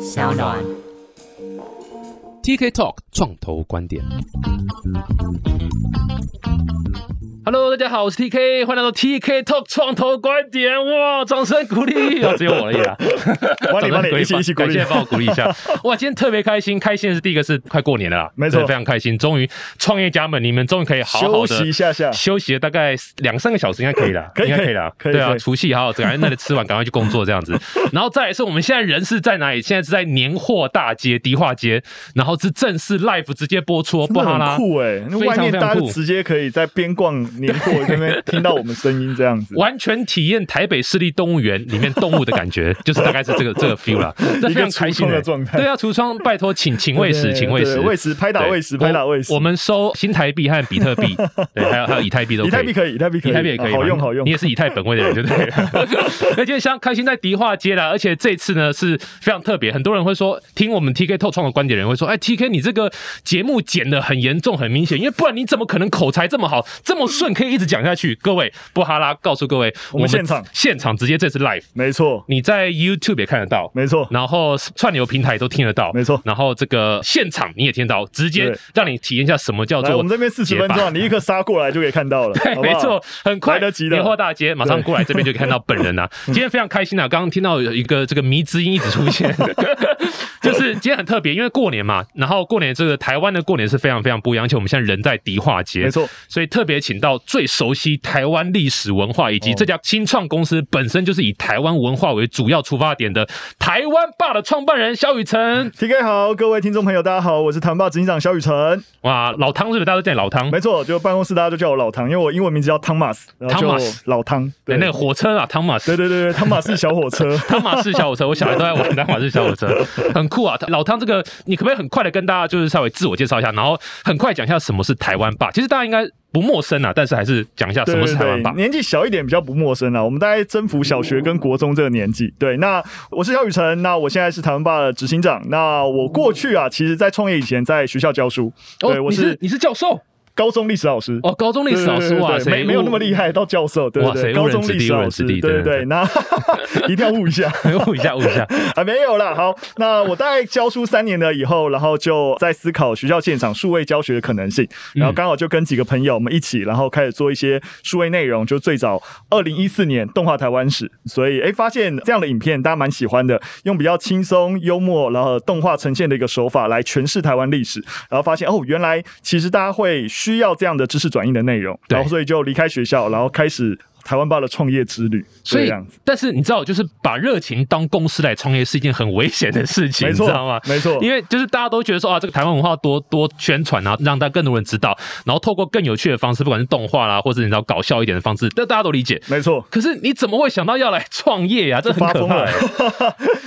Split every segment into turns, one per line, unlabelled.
小暖。
TK Talk 创投观点。
Hello，大家好，我是 TK，欢迎来到 TK Talk 创投观点，哇，掌声鼓 励，哦，只有我而已啦，
帮你帮你一起一起鼓
感
励
谢，帮我鼓励一下， 哇，今天特别开心，开心的是第一个是快过年了啦，
没错
对非常开心，终于创业家们，你们终于可以好好
休
的
息一下下。
休息了大概两三个小时应该可以啦，
可以
应该
可以
以啦，
可以
对
可
啊，
以
除夕好好赶快那里吃完，赶快去工作这 样子。然后再来是我们现在人是在哪里？现在是在年货大街、迪化街，然后是正式 live 直接播出哦，
真
布
的
哈
很
拉。
酷哎、那
非
外
常
面
非常
大家
酷
直接可以在边逛年货那边听到我们声音这样子，
完全体验台北市立动物园里面动物的感觉，就是大概是这个这个 feel 啦，这非常开心
一个橱窗的
欸
状态
对啊，橱窗，拜托，请请喂食，
对
请喂
对
食，
喂食，拍打
对
喂食，拍打
我
喂食。
我们收新台币和比特 币，对，还有还有以太币都可以。
以太币可以，以太币可以，
以太币也可以、
啊好用好用
你。也是以太本位的 人，对不对 了？那今天像开心在迪化街啦，而且这次呢是非常特别，很多人会说，听我们 TK 透创的观点的人会说，哎，TK 你这个节目剪的很严重，很明显，因为不然你怎么可能口才这么好，这么顺，可以一直讲下去？各位，布哈拉告诉各位，
我们现场
现场直接这次 live，
没错，
你在 YouTube 也看得到，
没错，
然后串流平台都听得到，
没错
然后这个现场你也听得到，直接
对
让你体验一下什么叫
来，
做
我们这边四十
结
分
巴
钟啊，你立刻杀过来就可以看到了，
对，
好不 好
没错，，很快
来得及的
年货大街马上
对
过来，这边就可以看到本人 啊。今天非常开心啊，刚刚听到有一个这个迷之音一直出现， 就是今天很特别，因为过年嘛，然后过年这个台湾的过年是非常非常不一样，而且我们现在人在迪化街，
没错，
所以特别请到最熟悉台湾历史文化以
哦
及这家新创公司本身就是以台湾文化为主要出发点的台湾霸的创办人肖雨辰。
TK 好，各位听众朋友，大家好，我是谈霸执行长肖雨辰。
哇，老汤是不是大家都叫你老汤？
没错，就办公室大家都叫我老汤，因为我英文名字叫汤马斯，然后就
Thomas
老汤。
对，那个火车啊，汤马斯
对。对对对，汤马斯小火车。
汤马士小火车，我小孩都在玩汤马士小 火车，很酷啊！老汤这个，你可不可以很快的跟大家就是稍微自我介绍一下，然后很快讲一下什么是台湾霸？其实大家应该不陌生啊，但是还是讲一下什
对
么是
对
台湾霸
对，。年纪小一点比较不陌生啦。我们大概征服小学跟国中这个年纪。对，那我是肖雨辰，那我现在是台湾霸的执行长。那我过去啊，其实在创业以前，在学校教书。对，我
哦你
是
你是教授
高中历史老师。
哦，高中历史老师
对对对
哇
对
塞，哦
没没有那么厉害到教授，对
哇塞
对对，高中
误人子
历
弟
史
误
老
人子
师，
弟
对对
对
对，那 一定要悟一下。
害。问一下，问一下，
啊，没有啦。好，那我大概教书三年了以后，然后就在思考学校现场数位教学的可能性，
嗯
然后刚好就跟几个朋友我们一起，然后开始做一些数位内容。就最早二零一四年动画台湾史，所以哎，发现这样的影片大家蛮喜欢的，用比较轻松、幽默，然后动画呈现的一个手法来诠释台湾历史，然后发现哦，原来其实大家会需要这样的知识转移的内容，
对
然后所以就离开学校，然后开始台湾吧的创业之旅，
所
这
以
样子。，
但是你知道，就是把热情当公司来创业是一件很危险的事情，
没
你
错
知道吗？
没错
啊因为就是大家都觉得说啊，这个台湾文化多多宣传啊，让大家更多人知道，然后透过更有趣的方式，不管是动画啦，或者你知道搞笑一点的方式，这大家都理解。
没错，
可是你怎么会想到要来创业 呀、这很
发
可
疯
怕、
了
欸。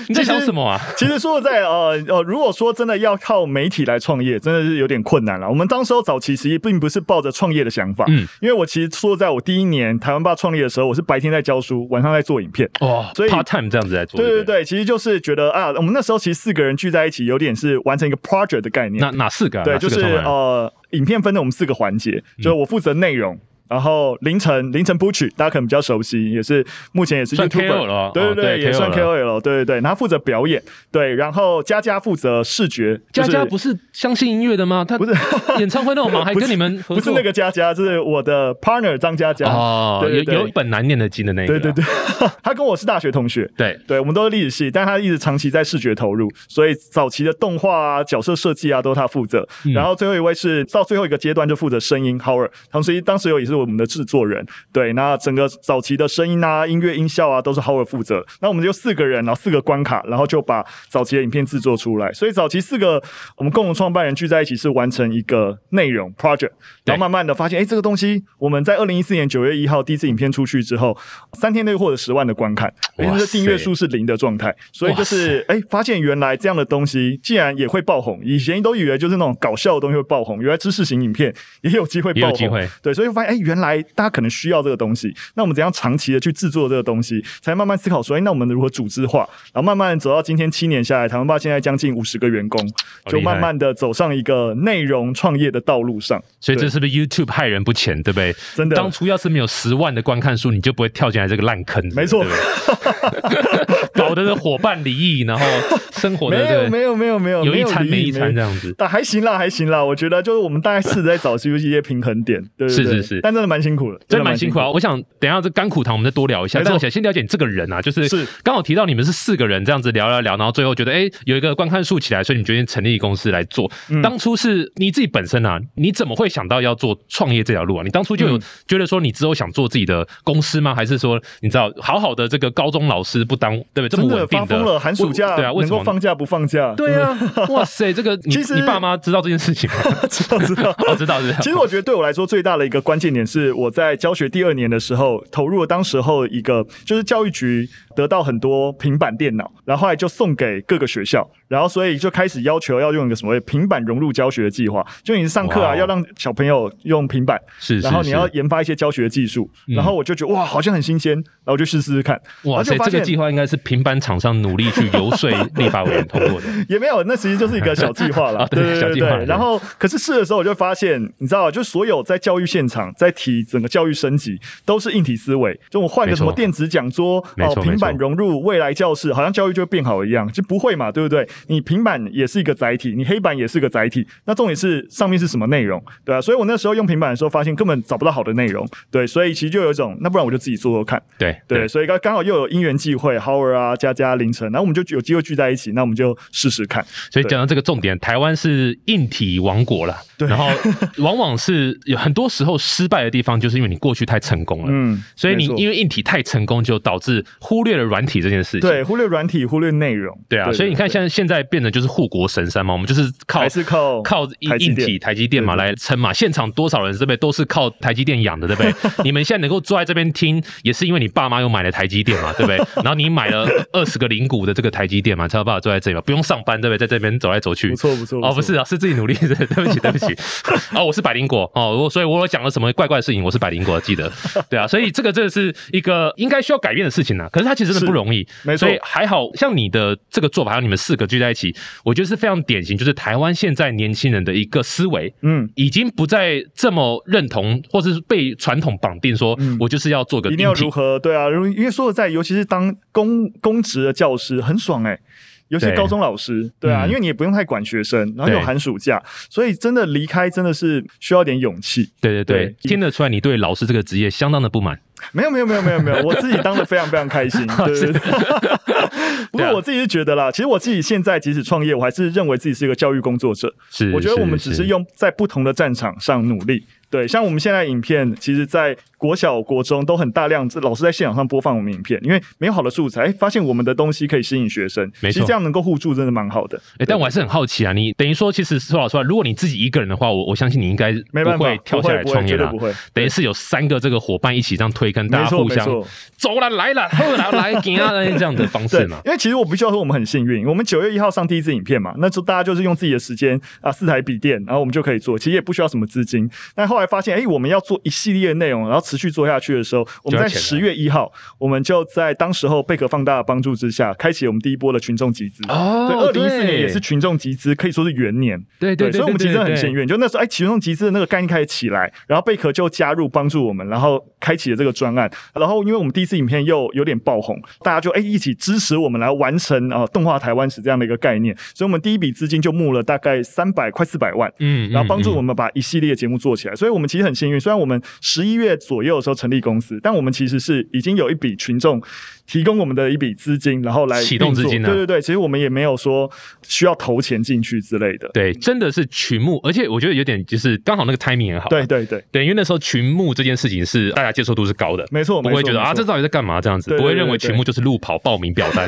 你在想什么啊？
其实说实在，呃呃，如果说真的要靠媒体来创业，真的是有点困难了。我们当时候早期其实并不是抱着创业的想法，
嗯，
因为我其实说实在，我第一年台湾爸创业的时候，我是白天在教书，晚上在做影片。
哦，
所以
part time 这样子来做，
对对
不。
对，其实就是觉得啊，我们那时候其实四个人聚在一起，有点是完成一个 project 的概念。
哪哪四个、啊？
对，
哪
就
四个嗯
是
创办人
呃，影片分了我们四个环节，就是我负责内容。然后凌晨凌晨 Butch，大家可能比较熟悉，也是目前也是
算
YouTuber，
KOL 了
对
哦
对对，
对
也算
KOL
KOL，对对对。然后负责表演，对。然后佳佳负责视觉，
佳
就是
佳不是相信音乐的吗？他
不是
演唱会那么忙，还
不是
跟你们合
不是
作
那个佳佳，是我的 partner 张佳佳。
哦，
对对
有有
对
一本难念的经的那个啊，
对对对， 他跟我是大学同学，
对，
对，我们都是历史系，但他一直长期在视觉投入，所以早期的动画啊、角色设计啊都是他负责。
嗯
然后最后一位是到最后一个阶段就负责声音 Howard，同时当时有也是我们的制作人。对，那整个早期的声音啊、音乐音效啊都是 Howard 负责。那我们就四个人，然后四个关卡，然后就把早期的影片制作出来。所以早期四个我们共同创办人聚在一起是完成一个内容 project，然后慢慢的发现，哎，这个东西我们在二零一四年九月一号第一次影片出去之后，三天内获得十万的观看，而且
哇
这
塞
订阅数。是零的状态，所以就是哎、发现原来这样的东西竟然也会爆红。以前都以为就是那种搞笑的东西会爆红，原来知识型影片也有机会
也有
爆
机
红。
会。
对，所以发现哎、原来大家可能需要这个东西。那我们怎样长期的去制作这个东西，才慢慢思考说，哎、那我们如何组织化？然后慢慢走到今天七年下来，台湾爸现在将近五十个员工，
好
就
厉害
慢慢的走上一个内容创业的道路上。
所以这
对
是不是 YouTube 害人不浅，对不对？
真的
当初要是没有十万的观看数，你就不会跳进来这个烂坑。
没错
对不对搞我的伙伴离异，然后生活
没
的这
有
个
没有没有没有，
有一
有
餐
离
没一
异
餐这样子。
啊，还行啦，还行啦，我觉得就是我们大概试着在找出一些平衡点，对对
是
对，
是是
但真的蛮辛苦的，
真的
的
蛮辛苦啊！我想等一下这甘苦堂我们再多聊一下。
没
之
错
后想先了解你这个人啊，就是
是
刚好提到你们是四个人这样子聊聊聊，然后最后觉得哎、诶有一个观看数起来，所以你们决定成立公司来做。
嗯
当初是你自己本身啊，你怎么会想到要做创业这条路啊？你当初就有
嗯
觉得说你之后想做自己的公司吗？还是说你知道好好的这个高中老师不当对不对？这么
真
稳
的
定
发疯了，寒暑假
为对啊，为
能
什么
够
呢？
放假不放假？
对啊，哇塞，这个你
其实
你爸妈知道这件事情吗？
知道知道。
我知道，知道。
其实我觉得对我来说最大的一个关键点是，我在教学第二年的时候，投入了当时候一个就是教育局得到很多平板电脑，然后后来就送给各个学校，然后所以就开始要求要用一个什么平板融入教学的计划，就你上课
哇哦
啊要让小朋友用平板，
是，是
然后你要
是
研发一些教学技术，
嗯
然后我就觉得哇好像很新鲜，然后我就试试看，然
哇
后
塞
就，发
这个
现
计划应该是平板厂商努力去游说立法委员通 过的。
也没有，那其实就是一个小计 划
啊
啦。
对
对
小
对
计
对
划
对。然后，可是试的时候我就发现，你知道，就所有在教育现场在提整个教育升级，都是硬体思维。就我换
没
个
错
什么电子讲桌
没
哦
错，
平板
没错
融入未来教室，好像教育就会变好一样，就不会嘛，对不对？你平板也是一个载体，你黑板也是个载体，那重点是上面是什么内容，对啊。所以我那时候用平板的时候，发现根本找不到好的内容，对，所以其实就有一种，那不然我就自己做做看。
对
对，，所以刚刚好又有因缘际会，Howard 啊、佳佳、凌晨，然后我们就有机会聚在一起，那我们就试试看。
所以讲到这个重点，台湾是硬体王国了。
对
然后往往是有很多时候失败的地方，就是因为你过去太成功了。
嗯，
所以你
没错
因为硬体太成功，就导致忽略了软体这件事情。
对忽略软体，忽略内容，
对啊，所以你看，
对
现在现在变成就是护国神山嘛，我们就是靠
还是靠
靠
台积
硬
电
体台积电嘛
对对
来撑嘛，现场多少人对不对？都是靠台积电养的，对不 对？你们现在能够坐在这边听，也是因为你爸妈又买了台积电嘛，对不 对？然后你买了二十个零股的这个台积电嘛，才有办法坐在这里嘛，不用上班，对不对？在这边走来走去，
不错不错
哦，不是啊，是自己努力，是对不起，对不 起。哦，我是百灵果哦，我所以我有讲了什么怪怪的事情，我是百灵果，记得。对啊，所以这个真的是一个应该需要改变的事情啊。可是它其实真的
是
不容易，
没错
所以还好像你的这个做法，还有你们四个聚在一起，我觉得是非常典型，就是台湾现在年轻人的一个思维。
嗯，
已经不再这么认同，或是被传统绑定说，
嗯
我就是要做个
一定要
硬体
如何？对啊，如因为说实在，尤其是当公公职的教师，很爽哎、尤其
对
高中老师，对啊，
嗯
因为你也不用太管学生，然后有
对
寒暑假，所以真的离开真的是需要点勇气。
对对对，
对
听得出来你对老师这个职业相当的不满。
没有没有没有没有没有，我自己当的非常非常开 心，对对对。不
对啊
过我自己是觉得啦，其实我自己现在即使创业，我还是认为自己是一个教育工作者。
是，
我觉得我们只是用在不同的战场上努力。对，像我们现在影片，其实，在国小、国中都很大量，老师在现场上播放我们影片，因为没有好的素材，哎发现我们的东西可以吸引学生，
没错
其实这样能够互助，真的蛮好的。
哎、但我还是很好奇啊，你等于说，其实说老实话，如果你自己一个人的话，我我相信你应该
没办
不
法
会，跳下来
不会
创业
绝对
啦
不。会。
等于是有三个这个伙伴一起这样推，跟大
没
家
错
互
没
相
错，
走了来了，后来来给啊这样的方式
对
嘛，。
因为其实我必须要说，我们很幸运，我们九月一号上第一支影片嘛，那时候大家就是用自己的时间啊，四台笔电，然后我们就可以做，其实也不需要什么资金。但后来发现，哎、我们要做一系列的内容，然后持续做下去的时候，我们在
就要钱
十
了
月一号，我们就在当时候贝壳放大的帮助之下，开启我们第一波的群众集资。
哦
对，二零一四年也是群众集资，可以说是元年。
对对
所以我们其实很幸。运，就那时候哎，群众集资的那个概念开始起来，然后贝壳就加入帮助我们，然后开启了这个专案。然后因为我们第一次影片又有点爆红，大家就哎一起支持我们来完成啊、呃动画台湾史这样的一个概念，所以我们第一笔资金就募了大概三百快四百万。
嗯，嗯
然后帮助我
嗯
们把一系列节目做起来，所以我们其实很幸运。虽然我们十一月左右的时候成立公司，但我们其实是已经有一笔群众提供我们的一笔资金，然后来
启动
运作
资金啊
对对对，其实我们也没有说需要投钱进去之类的。
对，真的是群幕，而且我觉得有点就是刚好那个 timing 很好。
对对对，
对，因为那时候群幕这件事情是大家接受度是高的，
没错，
不
没
会
错
觉得啊
没
这
错
到底在干嘛这样子，
对对
不会
对
认为
对对
群幕就是路跑报名表 单。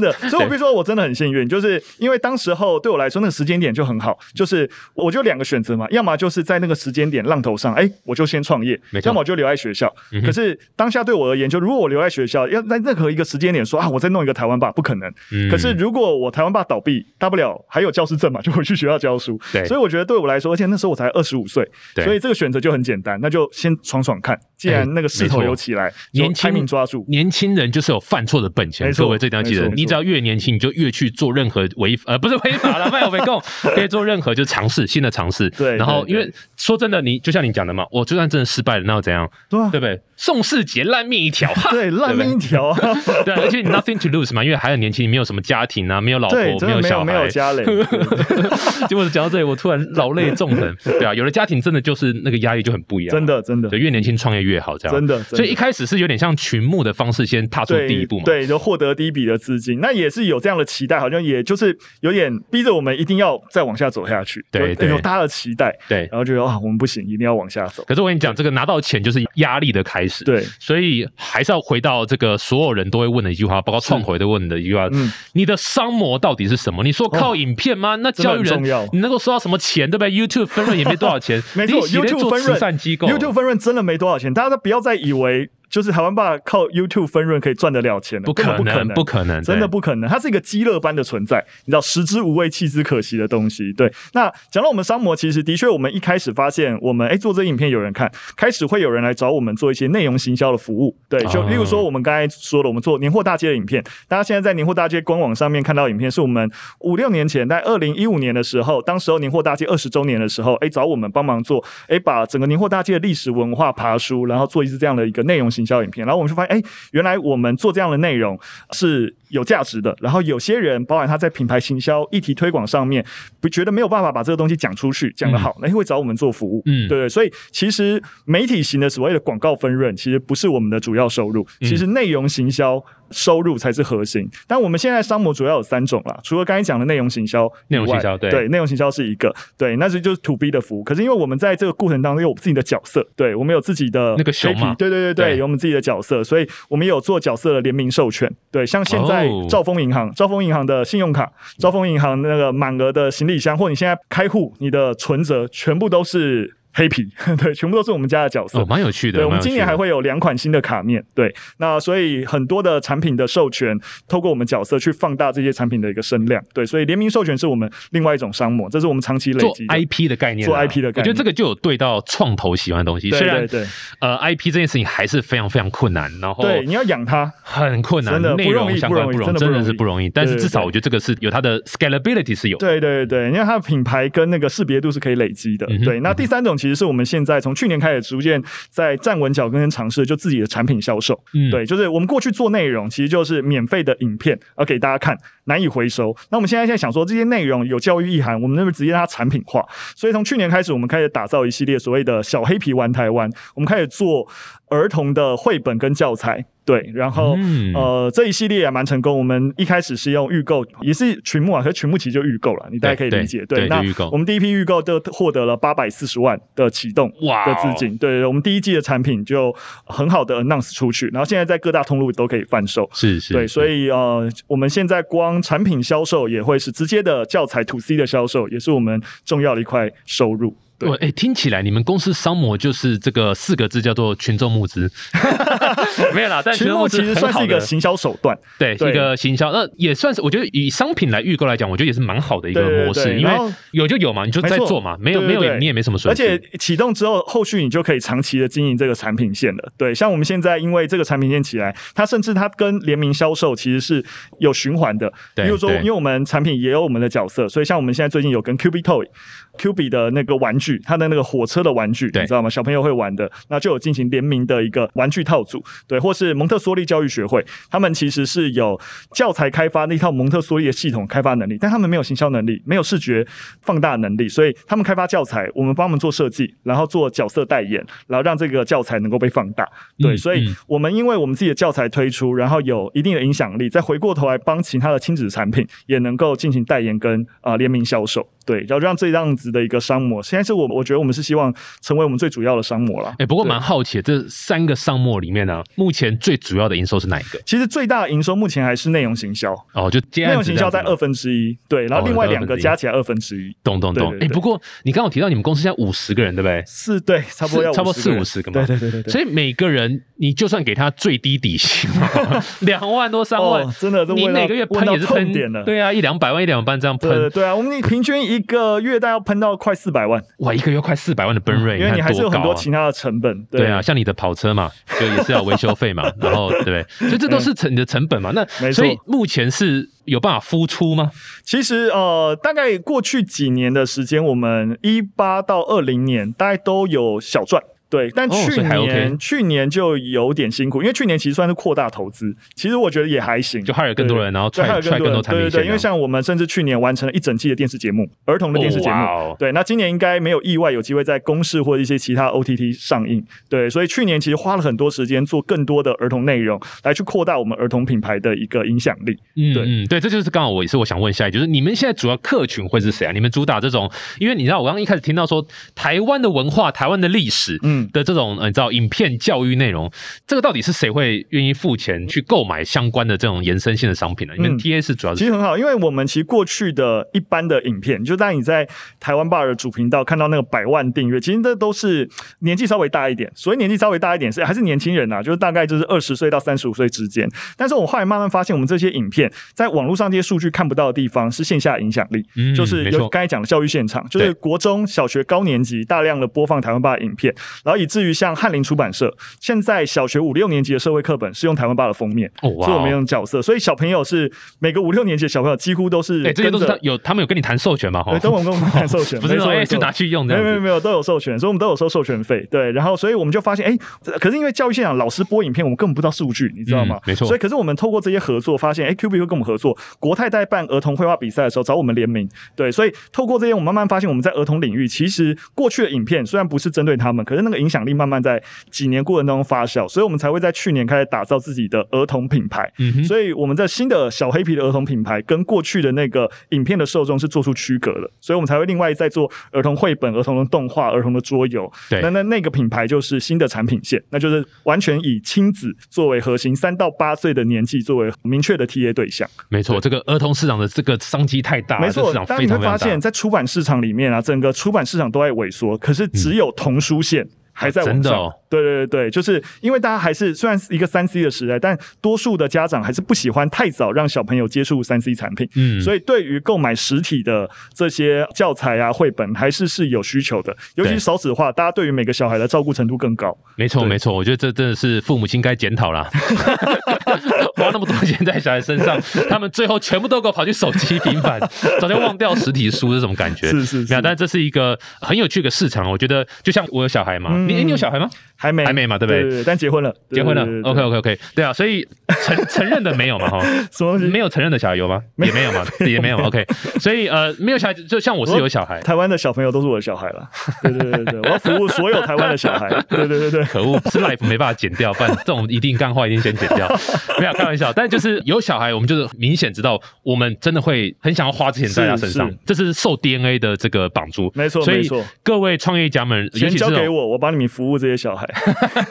的，所以我必须说，我真的很幸运，就是因为当时候对我来说那个时间点就很好，就是我就两个选择嘛，要么就是在那个时间点浪头上，哎、我就先创业
没，错
要么我就留在学校。
嗯哼
可是当下对我而言，就如果我留在学校，要在任何一个时间点说啊，我再弄一个台湾吧，不可能。
嗯
可是如果我台湾爸倒闭，大不了还有教师证嘛，就回去学校教书。
对
所以我觉得对我来说，而且那时候我才二十五岁，
对
所以这个选择就很简单，那就先闯闯看。既
哎
然那个势头
没错
有起来，
年轻
就 timing 抓住，
年轻人就是有犯错的本钱，
没错
各位这一定要记得
没，错
你只要越年轻，你就越去做任何违呃不是违法了，没有没 够，可以做任何就是尝试新的尝试。
对
然后
对
因为说真的，你就像你讲的嘛，我就算真的失败了，那又怎样？
对啊
对不对？宋世杰烂命一条， 哈，
对，烂命一条啊，
对，而且你 nothing to lose 嘛，因为还很年轻，你没有什么家庭啊，没有老婆，
对，真的没
小
有
孩，
没有家累，
结果讲到这里，我突然老泪纵横。 对啊，有的家庭真的就是那个压力就很不一样，
真的真的
对，越年轻创业越好，这样
真的，
所以一
真的
开始是有点像群募的方式先踏出
对
第一步嘛，
对，就获得第一笔的资金，那也是有这样的期待，好像也就是有点逼着我们一定要再往下走下去，
对
就
对
有大家的期待，
对。
然后觉得啊，我们不行，一定要往下走，
可是我跟你讲，这个拿到钱就是压力的开始，
对，
所以还是要回到这个所有人都会问的一句话，包括创回都问的一句话：
嗯哦
你的商模到底是什么？你说靠影片吗？那教育
真的
人
很重要，
你能够收到什么钱，对不对？YouTube 分润也没多少钱
没
你
错
一起在
，YouTube
做
分润
慈善机构
YouTube 分润真的没多少钱，大家都不要再以为就是台湾爸靠 YouTube 分润可以赚得了钱了，
不
根本
可
不可
能，
能，
不可能，
真的
对
不可能，它是一个鸡肋般的存在，你知道，食之无味，弃之可惜的东西。对，那讲到我们商模，其实的确，我们一开始发现，我们哎、诶做这影片有人看，开始会有人来找我们做一些内容行销的服务。对，就
哦
例如说我们刚才说的，我们做年货大街的影片，大家现在在年货大街官网上面看到的影片，是我们五六年前，在二零一五年的时候，当时候年货大街二十周年的时候，哎、找我们帮忙做，哎、把整个年货大街的历史文化爬书，然后做一次这样的一个内容行销影片，然后我们就发现，哎、原来我们做这样的内容是有价值的。然后有些人，包含他在品牌行销、议题推广上面，不觉得没有办法把这个东西讲出去，讲得好，那、会找我们做服务。
嗯
对，所以其实媒体型的所谓的广告分润，其实不是我们的主要收入，其
嗯
实内容行销。收入才是核心，但我们现在商模主要有三种啦，除了刚才讲的内容行销以
内
外，
容行销对
内容行销是一个，对，那是就是 to B 的服务。可是因为我们在这个过程当中有我们自己的角色，对我们有自己的
那个熊
KP
嘛
对对对对，
对
有我们自己的角色，所以我们也有做角色的联名授权，对，像现在
哦
兆丰银行、兆丰银行的信用卡、兆丰银行那个满额的行李箱，或你现在开户，你的存折全部都是黑皮， 对，全部都是我们家的角色
哦，。蛮有趣的。
对，我们
蛮有趣
今年
的
还会有两款新的卡面，对，那所以很多的产品的授权，透过我们角色去放大这些产品的一个声量，对，所以联名授权是我们另外一种商模，这是我们长期累
做
积的。
IP 的概念啊，
做 IP 的概念
我觉得这个就有对到创投喜欢的东西。
对
虽然哦
对对
呃 IP 这件事情还是非常非常困难，然后
对，你要养它，
很困难
真的，
内
不容易
容相关
不容易
容，
真
真
的不容易
的是不容易。但是
对对
至少
对
我觉得这个是有它的 scalability 是有。
对对对，因为它的品牌跟那个识别度是可以累积的。
嗯哼
对，那第三种其实是我们现在从去年开始逐渐在站稳脚跟跟尝试，就自己的产品销售。
嗯
对，就是我们过去做内容，其实就是免费的影片，而给大家看，难以回收。那我们现在现在想说，这些内容有教育意涵，我们那边直接让它产品化。所以从去年开始，我们开始打造一系列所谓的“小黑皮玩台湾”，我们开始做儿童的绘本跟教材。对，然后、
嗯
呃，这一系列也蛮成功。我们一开始是用预购，也是群募啊，可是群募其实就预购了，你大家可以理解。
对对
那
就预购
我们第一批预购就获得了八百四十万的启动
哇
的资金。对，我们第一季的产品就很好的 announce 出去，然后现在在各大通路都可以贩售。
是是，
对，所
以
以呃，我们现在光产品销售也会是直接的教材 to C 的销售，也是我们重要的一块收入。对
我哎，听起来你们公司商模就是这个四个字叫做群众募 资，没有啦，但
群募
募
其实
很
算是一
好
个
的
行销手段，
对
对
一个行销，那也算是我觉得以商品来预购来讲，我觉得也是蛮好的一个
对对
模式，
对
因为
然后
有就有嘛，你就在
没错
做嘛，没有
对
没
对
有也
对
你也没什么损
而
失。
且启动之后，后续你就可以长期的经营这个产品线了。对，像我们现在因为这个产品线起来，它甚至它跟联名销售其实是有循环的。
对
比如说，
对
因为我们产品也有我们的角色，所以像我们现在最近有跟 Q B Toy、Q B 的那个玩具，它的那个火车的玩具，
对
你知道吗？小朋友会玩的，那就有进行联名的一个玩具套组。对，或是蒙特梭利教育学会，他们其实是有教材开发那套蒙特梭利的系统开发能力，但他们没有行销能力，没有视觉放大能力，所以他们开发教材，我们帮他们做设计，然后做角色代言，然后让这个教材能够被放大。对，
嗯
所以
嗯
我们因为我们自己的教材推出，然后有一定的影响力，再回过头来帮其他的亲子产品也能够进行代言跟啊、呃联名销售。对，然后让这样子的一个商模，现在是我我觉得我们是希望成为我们最主要的商模了。
哎、不过
对
蛮好奇的，这三个商目里面呢、目前最主要的营收是哪一个？
其实最大的营收目前还是内容行销，
哦，就接案
内容
子
行
这
销
样子
在
吗
二分之一，对，然后另外
哦
两
在
个
2
加起来二分之一，
懂懂懂。
对
哎、
对对
不过你刚刚有提到你们公司现在五十个人，对不对？
四对，差不多要
差不多
50个人
四五十个嘛
对对对对对。
所以每个人，你就算给他最低底薪， 两万多、三万，
哦真的这
你
问到
每个月
问
喷
到
也是
痛点了
喷，对啊，一两百万、一两百万这样
对对
喷，
对啊，我们平均一个月大概要喷到快四百万，
哇，一个月快四百万的 burn rate，
嗯因为你
看
还是有很
高
多
啊
其他的成本。
对啊，，像你的跑车嘛，就也是要维修费嘛， 然后对不对？所以这都是成你的成本嘛。那
嗯没错
所以目前是有办法付出吗？
其实呃，大概过去几年的时间，我们一八到二零年大概都有小赚。对，但
哦所
去
以还
年、
OK
去年就有点辛苦，因为去年其实算是扩大投资，其实我觉得也还行，
就 hire 更多人，然后
对，对还有
踹踹
更
更
多
多
人，
产
对
品
对
线啊这
对，
样，
因为像我们甚至去年完成了一整季的电视节目，儿童的电视节目，
哦哇哦
对，那今年应该没有意外，有机会在公视或一些其他 OTT 上映。对，所以去年其实花了很多时间做更多的儿童内容，来去扩大我们儿童品牌的一个影响力。
嗯
对
嗯，对，这就是刚好我也是我想问一下，就是你们现在主要客群会是谁啊？你们主打这种，因为你知道我刚刚一开始听到说台湾的文化、台湾的历史，
嗯
的这种呃，你知道影片教育内容，这个到底是谁会愿意付钱去购买相关的这种延伸性的商品呢？你们
嗯
TA 是主要是
其
谁
实很好，因为我们其实过去的一般的影片，就当你在台湾爸的主频道看到那个百万订阅，其实这都是年纪稍微大一点，所以年纪稍微大一点是还是年轻人啊，就是大概就是二十岁到三十五岁之间。但是我后来慢慢发现，我们这些影片在网络上这些数据看不到的地方是线下影响力，
嗯
就是
没
有
错
刚才讲的教育现场，就
对
是国中小学高年级大量的播放台湾爸的影片，然后以至于像翰林出版社现在小学五六年级的社会课本是用台湾爸的封面，
哦哇哦
所以我们用角色，所以小朋友是每个五六年级的小朋友几乎都是
哎、这些
跟
都是
着
他有他们有跟你谈授权吗？哈
对，，都我们跟我们谈授 权，
不是
没
说
错
哎、
没错
就拿去用这
没有没有
样子。
没有，都有授权，所以我们都有收授权费。对，然后所以我们就发现，哎、可是因为教育现场老师播影片，我们根本不知道数据，你知道吗？
嗯没错
所以可是我们透过这些合作，发现，哎、q b 会跟我们合作，国泰在办儿童绘画比赛的时候找我们联名。对，所以透过这些，我们慢慢发现我们在儿童领域，其实过去的影片虽然不是针对他们，可是那个影响力慢慢在几年过程当中发酵，所以我们才会在去年开始打造自己的儿童品牌。
嗯哼，
所以我们在新的小黑皮的儿童品牌跟过去的那个影片的受众是做出区隔的，所以我们才会另外再做儿童绘本、儿童的动画、儿童的桌游。
对
那那那个品牌就是新的产品线，那就是完全以亲子作为核心，三到八岁的年纪作为明确的 TA 对象。
没错，这个儿童市场的这个商机太大了，
没
这
错
市，场
当
非
你会
常非常
发
大。
现，在出版市场里面啊，整个出版市场都在萎缩，可是只有童书线。还在
嗯
往
啊真的
上
哦，
对对对对，就是因为大家还是虽然是一个三 C 的时代，但多数的家长还是不喜欢太早让小朋友接触三 C 产品，
嗯
所以对于购买实体的这些教材啊、绘本，还是是有需求的。尤其
对
是少子化，大家对于每个小孩的照顾程度更高。
没错，
对
没错，我觉得这真的是父母亲该检讨啦， 花那么多钱在小孩身上，他们最后全部都给我跑去手机、平板， 早就忘掉实体书这种感觉。
是是是
没有，但这是一个很有趣的市场。我觉得，就像我有小孩嘛，
嗯
你你有小孩吗？
还没
还没嘛对不对
对对，但结婚了，
结婚了
对对对
，OK OK OK，对啊，所以承 承认的没有嘛 哈，
什么东西？
没有承认的小孩有吗？也没有嘛，也没有嘛 OK，所以呃，没有小孩，就像我是有小孩，
台湾的小朋友都是我的小孩了，对对对对，我要服务所有台湾的小 孩，对对对对，
可恶，是 life 没办法剪掉，不然这种一定干话一定先剪 掉。没有开玩笑，但就是有小孩，我们就是明显知道，我们真的会很想要花钱在他身上
是是，
这是受 DNA 的这个绑住。
没错
所
没
以
错
各位创业家们，尤
钱
其是
交
这
给
种
我，我帮你们服务这些小孩，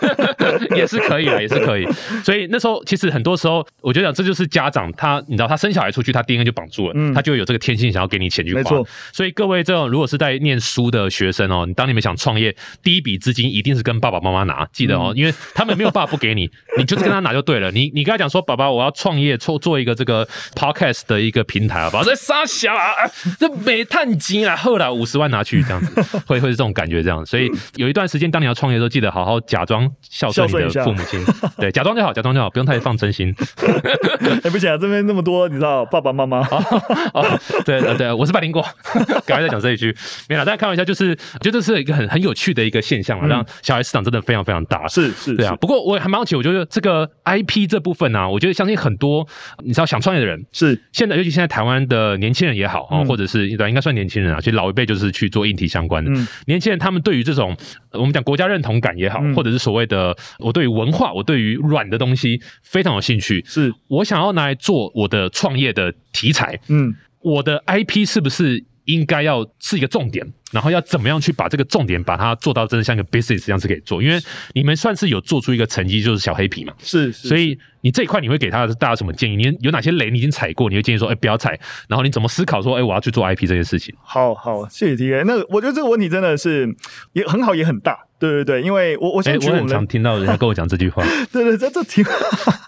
也是可以啊，也是可以。所以那时候其实很多时候，我觉得这就是家长他，你知道他生小孩出去，他 DNA 就绑住了，
嗯
他就有这个天性想要给你钱去花
没错。
所以各位这种如果是在念书的学生哦，你当你们想创业，第一笔资金一定是跟爸爸妈妈拿，记得哦，
嗯
因为他们没有办法不给 你，你就是跟他拿就对了。你你跟他讲说，爸爸，我要创业，做做一个这个 podcast 的一个平台，好不好？这傻小啊，啊这煤炭金啊，后来五十万拿去这样子，会会是这种感觉这样。所以有一段时间，当你要创业的时候，记得好好假装孝顺
孝顺
你
一下
的父母亲，对，假装就好，假装就好，不用太放真 心。
哎，不行啊，这边那么多，你知道爸爸妈妈，
哦，对呃对，我是百灵果， 赶快再讲这一句，没了。但开玩笑，就是我觉得这是一个很很有趣的一个现象啊，让小孩市场真的非常非常大。
嗯是是
对啊，
是
不过我也还蛮好奇，我觉得这个 IP 这部分呢、啊，我觉得相信很多你知道想创业的人，
是，
现在尤其现在台湾的年轻人也好啊，
嗯
或者是应该算年轻人啊，其实老一辈就是去做硬体相关的。
嗯
年轻人他们对于这种呃我们讲国家认同感也好，
嗯
或者是所谓的我对于文化、我对于软的东西非常有兴趣，
是，
我想要拿来做我的创业的题材，
嗯
我的 IP 是不是应该要是一个重点？然后要怎么样去把这个重点把它做到真的像一个 business 这样子给做？因为你们算是有做出一个成绩，就是小黑皮嘛。
是，是
所以你这一块你会给他大家什么建议？你有哪些雷你已经踩过？你会建议说，哎、不要踩。然后你怎么思考说，哎、我要去做 IP 这件事情？
好好，谢谢 T A。那我觉得这个问题真的是也很好，也很大。对对对，因为我我
哎、
先举
我
我
很
们的
常听到人家跟我讲这句话。
对对，这这题，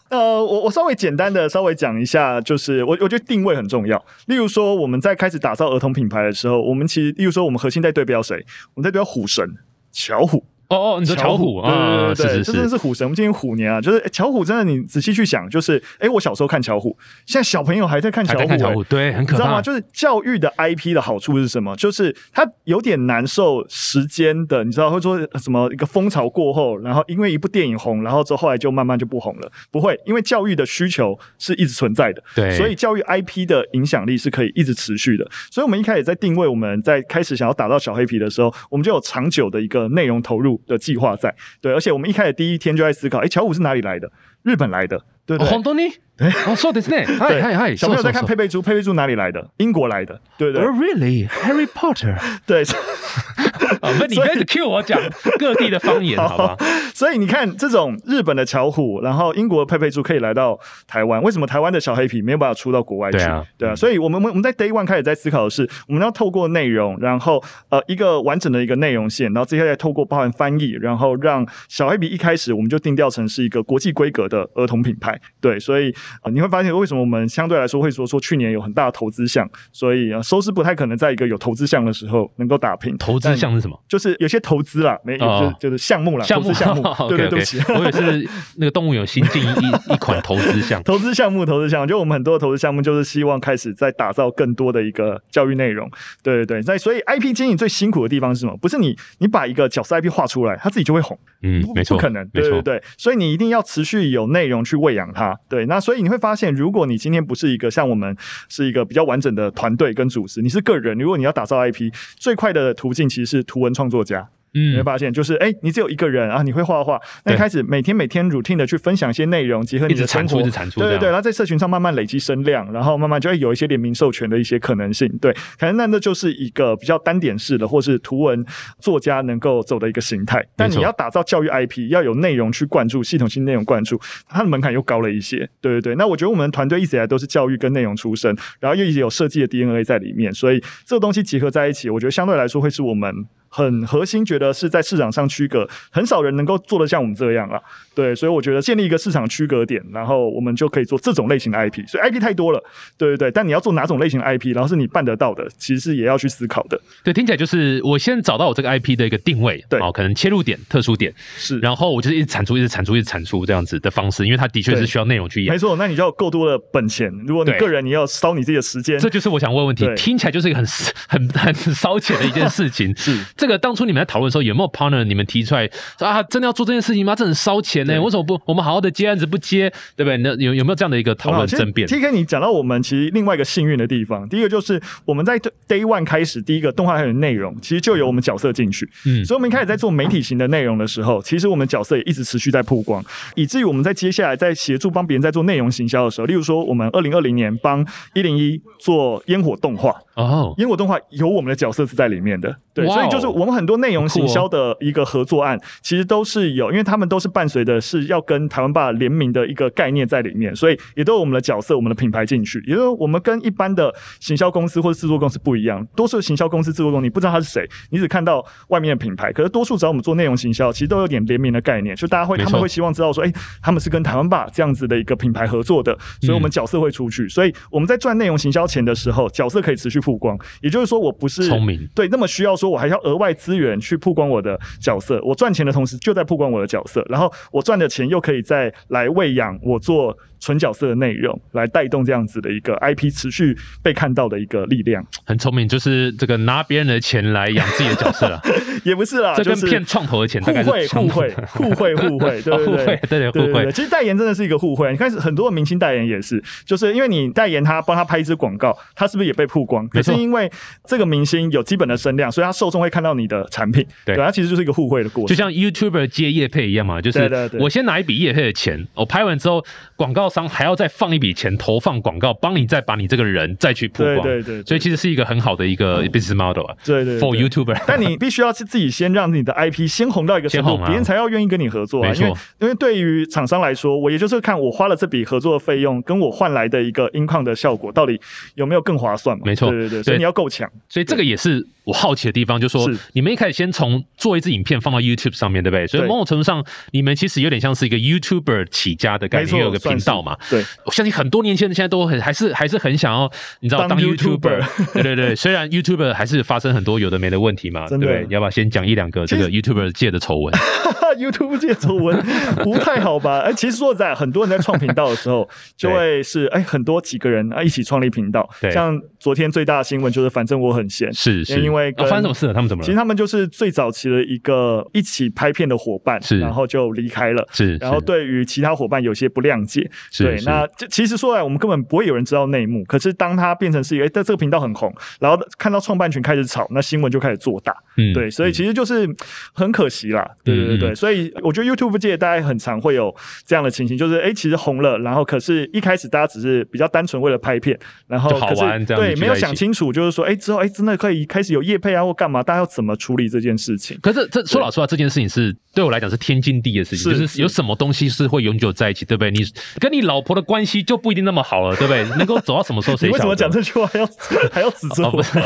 呃，我我稍微简单的稍微讲一下，就是我我觉得定位很重要。例如说，我们在开始打造儿童品牌的时候，我们其实，例如说，我们核心在对标谁？我们在对标虎神、巧虎。
哦哦，你说巧虎啊，
对对对，
是是
这真的
是，
是虎神，我们今天虎年啊，就是诶巧虎，真的你仔细去想，就是哎，我小时候看巧虎，现在小朋友还在看
还
巧
在
虎
看巧
诶，
虎，对，很
你
可
知道
怕
吗？，就是教育的 IP 的好处是什么？就是它有点难受时间的，你知道会说什么一个风潮过后，然后因为一部电影红，然后之后后来就慢慢就不红了。不会，因为教育的需求是一直存在的，
对，
所以教育 IP 的影响力是可以一直持续的。所以我们一开始在定位，我们在开始想要打造小黑皮的时候，我们就有长久的一个内容投入的计划在。对，而且我们一开始第一天就在思考，哎，巧虎是哪里来的？日本来的，对不对？
红豆泥，哦，そうですね，嗨
对
嗨嗨，
小朋友在看
配
佩佩猪，佩佩猪哪里来的？英国来的，对对
Oh really Harry Potter？
对，
啊，不，你不要一直 cue 我讲各地的方言，好吧？
所以你看，这种日本的巧虎，然后英国的佩佩猪可以来到台湾，为什么台湾的小黑皮没有办法出到国外去？
对啊
所以我们我们我们在 Day One 开始在思考的是，我们要透过内容，然后呃一个完整的一个内容线，然后接下来透过包含翻译，然后让小黑皮一开始我们就定调成是一个国际规格的儿童品牌。 对，所以、呃、你会发现为什么我们相对来说会说说去年有很大的投资项，所以、呃、收视不太可能在一个有投资项的时候能够打平。
投资
但
项是什么？
就是有些投资啦，没有、
哦
就是就是项目啦，
项
投
目
资项目，
OK，OK
对对对不起。
我也是那个动物有新进一一一款投资 项，
投资项目，投资项目，就我们很多的投资项目，就是希望开始在打造更多的一个教育内容。对对对，那所以 IP 经营最辛苦的地方是什么？不是你你把一个角色 IP 画出来，它自己就会红，
嗯
不，
没错，
不可能。
没
对
错
对，对，所以你一定要持续有内容去喂养它。对，那所以你会发现，如果你今天不是一个像我们是一个比较完整的团队跟组织，你是个人，如果你要打造 IP，最快的途径其实是图文创作家。你会
嗯，
发现，就是哎、你只有一个人啊，你会画画，那
对
开始每天每天 routine 的去分享一些内容，结合你
一直
的生
产出
活
一直，产出，
对对
这
对，
样
然后在社群上慢慢累积声量，然后慢慢就会有一些联名授权的一些可能性。对，可能那那就是一个比较单点式的，或是图文作家能够走的一个形态。但你
没错
要打造教育 IP，要有内容去灌注，系统性内容灌注，它的门槛又高了一些。对对对，那我觉得我们团队一直以来都是教育跟内容出身，然后又一直有设计的 DNA 在里面，所以这个东西结合在一起，我觉得相对来说会是我们。很核心，觉得是在市场上区隔，很少人能够做得像我们这样啊。对，所以我觉得建立一个市场区隔点，然后我们就可以做这种类型的 IP。所以 IP 太多了，对对对。但你要做哪种类型的 IP，然后是你办得到的，其实是也要去思考的。
对，听起来就是我先找到我这个 IP 的一个定位，
对
哦，可能切入点、特殊点，
是，
然后我就是一直产出、一直产出、一直产出这样子的方式，因为它的确是
对
需要内容去演
没。错。那你就要有够多的本钱。如果你
对
个人，你要烧你自己的时间，
这就是我想问问题，
对
听起来就是一个很 很很很烧钱的一件事情。
是
这个当初你们在讨论的时候，有没有 partner 你们提出来说啊，真的要做这件事情吗？这很烧钱呢、
对
为什么不我们好好的接案子不接，对不对？那有有没有这样的一个讨论争辩？
T K，你讲到我们其实另外一个幸运的地方，第一个就是我们在 Day One 开始，第一个动画还有内容，其实就有我们角色进去。
嗯
所以我们一开始在做媒体型的内容的时候，其实我们角色也一直持续在曝光，以至于我们在接下来在协助帮别人在做内容行销的时候，例如说我们二零二零年帮一零一做烟火动画，
哦，
烟火动画有我们的角色是在里面的，对，
哇哦哦
所以就是我们很多内容行销的一个合作案，其实都是有，因为他们都是伴随的是要跟台湾爸联名的一个概念在里面，所以也都有我们的角色、我们的品牌进去。也就是我们跟一般的行销公司或者制作公司不一样，多数行销公司、制作公司你不知道他是谁，你只看到外面的品牌，可是多数只要我们做内容行销，其实都有点联名的概念，就大家会
没错
他们会希望知道说，哎、他们是跟台湾爸这样子的一个品牌合作的，所以我们角色会出去，所以我们在赚内容行销钱的时候，角色可以持续曝光，也就是说我不是
聪明
对，那么需要说，我还要额外资源去曝光我的角色。我赚钱的同时，就在曝光我的角色，然后我赚的钱又可以再来喂养我做纯角色的内容，来带动这样子的一个 IP 持续被看到的一个力量。
很聪明，就是这个拿别人的钱来养自己的角色 啊，
也不是啦，
这
就
跟
是
骗创投的钱大
互
概是
惠互
冲突
惠互 惠互惠，对
哦互
对
惠
对。
对对
对
互
对对，
惠，
其实代言真的是一个互惠。你看，很多明星代言也是，就是因为你代言他，帮他拍一支广告，他是不是也被曝光？
没
可
错
是因为这个明星有基本的声量，所以他受众会看到你的产品，
对
它其实就是一个互惠的过
就
程。
像 YouTuber 接业配一样嘛，就
对
是
对对
我先拿一笔业配的钱，我拍完之后，广告商还要再放一笔钱投放广告，帮你再把你这个人再去曝
对
光，
对对，
所以其实是一个很好的一个 business model 啊
对对对
，for YouTuber。
但你必须要是自己先让你的 IP 先红到一个程
先
度，
红啊
别人才要愿意跟你合作
没
啊。因
错
为因为对于厂商来说，我也就是看我花了这笔合作的费用，跟我换来的一个音控的效果，到底有没有更划算嘛？
没错
对对对，
对
所以你要够强。
所以这个也是我好奇的地方，就说
是
你们一开始先从做一支影片放到 YouTube 上面，对不对？所以
对
某种程度上，你们其实有点像是一个 YouTuber 起家的概念，
没
因
错，
为有个频
算是
道嘛。
对，
我相信很多年轻人现在都很还是还是很想要，你知道当
当 YouTuber
YouTuber，对对 对，虽然 YouTuber 还是发生很多有的没的问题嘛，对
真
不
的
对？要不要先讲一两个这个 YouTuber 界的丑闻？
哈 YouTube 界丑闻不太好吧？哎、其实说实在，很多人在创频道的时候，就会是哎、很多几个人啊一起创立频道
对。
像昨天最大的新闻就是，反正我很闲。
是是，
因为
哦
跟
发生什么事了？他们怎么
其实
了？
他们就是最早期的一个一起拍片的伙伴
是，
然后就离开了。
是，
然后
是
对于其他伙伴有些不谅解，
是
对
是，
那这其实说来，我们根本不会有人知道内幕。可是当他变成是一个，哎，在这个频道很红，然后看到创办群开始吵，那新闻就开始做大，
嗯
对，所以其实就是很可惜啦，对对
嗯
对
嗯
对，所以我觉得 YouTube 界大家很常会有这样的情形，就是哎，其实红了，然后可是一开始大家只是比较单纯为了拍片，然后
就好
可
玩
是
这样子
对
聚
没有
在一
想
起
清楚，就是说哎之后哎真的可以开始有业配啊或干嘛，大家要怎么处理这件事情？
可是这说老实话，这件事情是对我来讲是天经地义的事情，就
是
是
是
有什么东西是会永久在一起，对不对？你跟你老婆的关系就不一定那么好了，对不对？能够走到什么时候，
你
谁
为什
晓得
么讲？这句话还要 还要指责
哦，
我
不？是，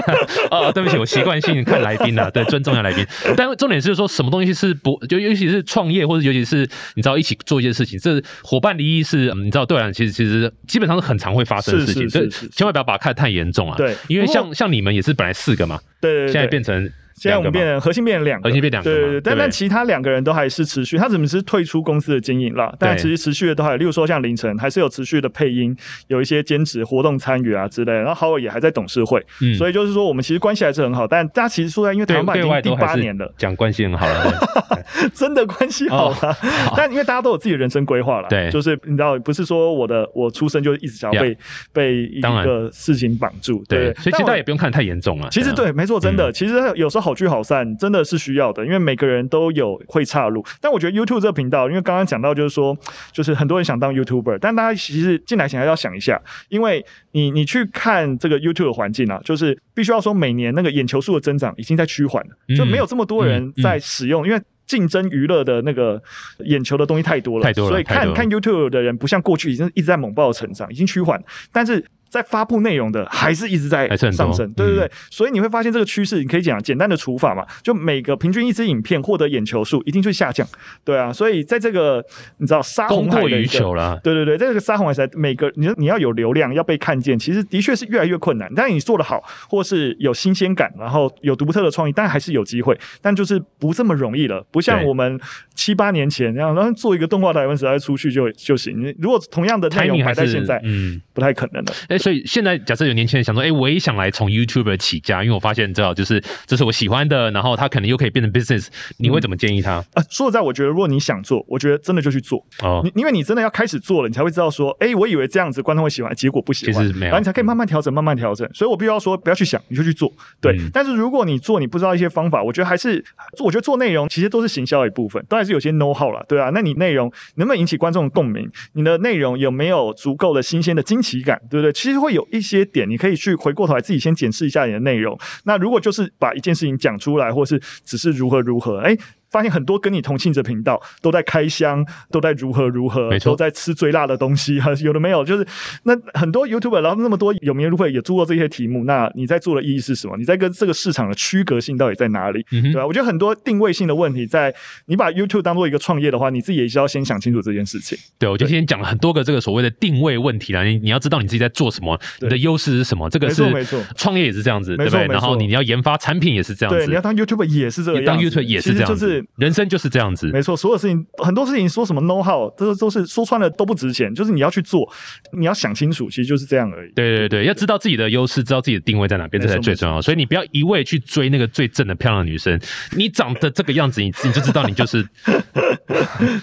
哦，对不起， 我习惯性看来宾啊，对，尊重一下来宾。但重点是说，什么东西是不，就尤其是创业，或者尤其是你知道一起做一件事情，这伙伴离异是，嗯你知道，对啊，其实其实基本上是很常会发生的
是
事情，
是
所以
是是
千万不要把它看得太严重啊。
对
因为
不过
像像你们也是本来四个嘛，
对对对，
现在变成
现在我们
两个
变
嘛
成核心变成两个，
核心变两个嘛
对对
对
对，
不对
但但其他两个人都还是持续，他只是退出公司的经营啦，但
对
其实持续的都还有，例如说像凌晨还是有持续的配音，有一些兼职活动参与啊之类的，然后豪尔也还在董事会，
嗯
所以就是说我们其实关系还是很好，但大家其实说在因为台
对
湾版已
对
经
外
第
都还
八
是
年了，
讲关系很好了。对
真的关系好了，但因为大家都有自己的人生规划了，
哦对
就是你知道不是说我的我出生就一直想要被被一
当然
个事情绑住，
对，所以其实
但
大
我
家也不用看得太严重了。
其实
啊
对，没错，真的，其实有时候好聚好散真的是需要的，因为每个人都有会岔路。但我觉得 YouTube 这个频道，因为刚刚讲到就是说，就是很多人想当 YouTuber，但大家其实进来想要想一下，因为你你去看这个 YouTube 的环境啊，就是必须要说每年那个眼球数的增长已经在趋缓了，就没
嗯
有这么多人在使用，因为。竞争娱乐的那个眼球的东西太多了，
太多了
所以
太多
看
了
看 YouTube 的人不像过去已经一直在猛爆成长，已经趋缓了，但是在发布内容的还是一直在
还是很多
上升，对对对
嗯，
所以你会发现这个趋势，你可以讲简单的除法嘛，就每个平均一支影片获得眼球数一定会下降，对啊，所以在这个你知道杀
供
红海
过
的一
于
个
求啦。
对对对，在这个杀红海时代，每个你你要有流量，要被看见，其实的确是越来越困难。但你做得好，或是有新鲜感，然后有独特的创意，当然还是有机会，但就是不这么容易了。不像
对
我们七八年前那样，然后做一个动画台湾时代出去就就行。你如果同样的内
timing
容
还
摆在
是
现在，
嗯，
不太可能了。
哎、所以现在假设有年轻人想说，哎、我也想来从 YouTuber 起家，因为我发现你知道，就是这是我喜欢的，然后他可能又可以变成 business，你会怎么建议他？
啊，说实在，我觉得如果你想做，我觉得真的就去做。
哦，
你因为你真的要开始做了，你才会知道说，哎、我以为这样子观众会喜欢，结果不喜欢，
其实没有
然后你才可以慢慢调整，慢慢调整。所以我必须要说，不要去想，你就去做。对，
嗯
但是如果你做，你不知道一些方法，我觉得还是，我觉得做内容其实都是行销的一部分，当然是有些 know how 啦，对啊。那你内容能不能引起观众的共鸣？你的内容有没有足够的新鲜的惊奇感，对不对？其实会有一些点，你可以去回过头来自己先检视一下你的内容。那如果就是把一件事情讲出来，或是只是如何如何，哎、发现很多跟你同性质频道都在开箱，都在如何如何，
没错
都在吃最辣的东西， 有的没有，就是那很多 YouTuber，然后那么多有名的 YouTuber 也做过这些题目，那你在做的意义是什么？你在跟这个市场的区隔性到底在哪里？
嗯哼
对啊吧、我觉得很多定位性的问题在，你把 YouTube 当做一个创业的话，你自己也是要先想清楚这件事情。
对，我就今天讲了很多个这个所谓的定位问题啦，你你要知道你自己在做什么，你
对
的优势是什么，这个
没
是
错没错
创业也是这样子，对
没
不
错
对？然后
没错
你你要研发产品也是这样
对，
子
你要，当 YouTuber 也是这个
你当
样子，
YouTube 也是这
其实
样
就
子，
是
人生就是这样子，
没错，所有事情很多事情说什么 know how，这都是说穿了都不值钱，就是你要去做，你要想清楚，其实就是这样而已。
对对对，要知道自己的优势，知道自己的定位在哪边，这
没错
才最重要。所以你不要一味去追那个最正的漂亮的女 生，你长得这个样子，你你就知道你 就是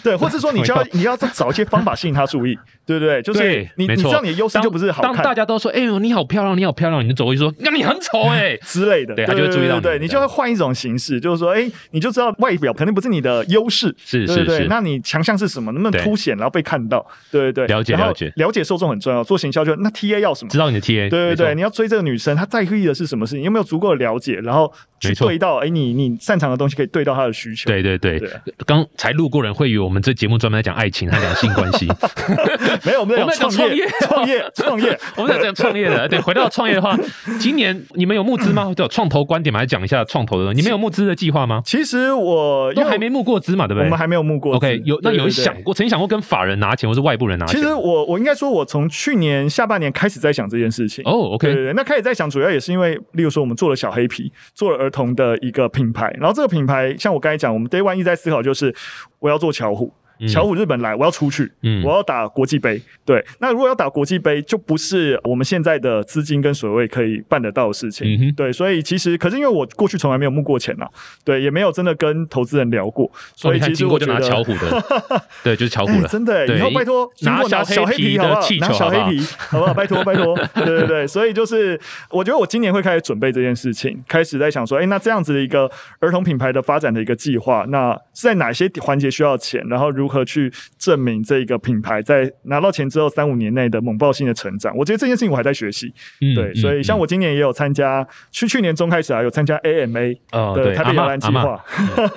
对，或是说你 就要你要找一些方法吸引他注意，对不对？就是
对，
你
没
你
错
知道你的优势就不是好
当当大
看
家都说，哎呦，你好漂亮，你好漂亮，你就走过去说，那你很丑哎、
之类的，
对
对
他就会注意到你
对，对对你就会
这样
换一种形式，就是说，哎，你就知道外表肯定不是你的优势，
是
对
是
对对
是
那你强项是什么？能不
对
能凸显，然后被看到？对对对，
了解
然后
了解
了解受众很重要，做行销就那 TA 要什么？
知道你的 TA，
对对
没错
对，你要追这个女生，她在意的是什么事情？你有没有足够的了解？然后
没
去
错
对到，哎，你你擅长的东西可以对到他的需求。
对对对
对啊，
刚才路过人会以为我们这节目专门在讲爱情和两性关系，
没有，我们在
我们在讲
讲创 业，
创
创业，创业。
我们在讲创业的。 对，回到创业的话，今年你们有募资 吗？对，创投观点嘛，来讲一下创投的。你们有募资的计划吗？
其实我因
都
为
还没募过资嘛，对不
我
对
们还没有募过资。
？OK，有那
对
有
对对
想过，曾经想过跟法人拿钱，或是外部人拿钱？
其实我我应该说，我从去年下半年开始在想这件事情。
哦，OK，
对对对，那开始在想，主要也是因为，例如说我们做了小黑皮，做了儿童的一个品牌，然后这个品牌，像我刚才讲，我们 Day One 一直在思考，就是我要做巧虎，
嗯
巧虎日本来，我要出去，
嗯
我要打国际杯。对，那如果要打国际杯，就不是我们现在的资金跟水位可以办得到的事情。
嗯哼
对，所以其实，可是因为我过去从来没有募过钱呐、对，也没有真的跟投资人聊过，
哦
所
你
以
看
其实
经
我
过
觉
就
得。
拿巧虎 的，对，就是巧虎
哎
了。
真的
对
欸，以后拜托
拿
如果
小
拿
黑
小黑
皮
皮
的
好不好
气？球
拿小
好不好
黑皮好不好？拜托拜托，对对对，所以就是我觉得我今年会开始准备这件事情，开始在想说，哎，那这样子的一个儿童品牌的发展的一个计划，那是在哪些环节需要钱，然后如何去证明这个品牌在拿到钱之后三五年内的猛爆性的成长？我觉得这件事情我还在学习，
嗯
对，所以像我今年也有参加，去去年中开始啊，有参加 AMA
哦，
的
对，
台
阿
北
妈
摇篮计
阿妈
划。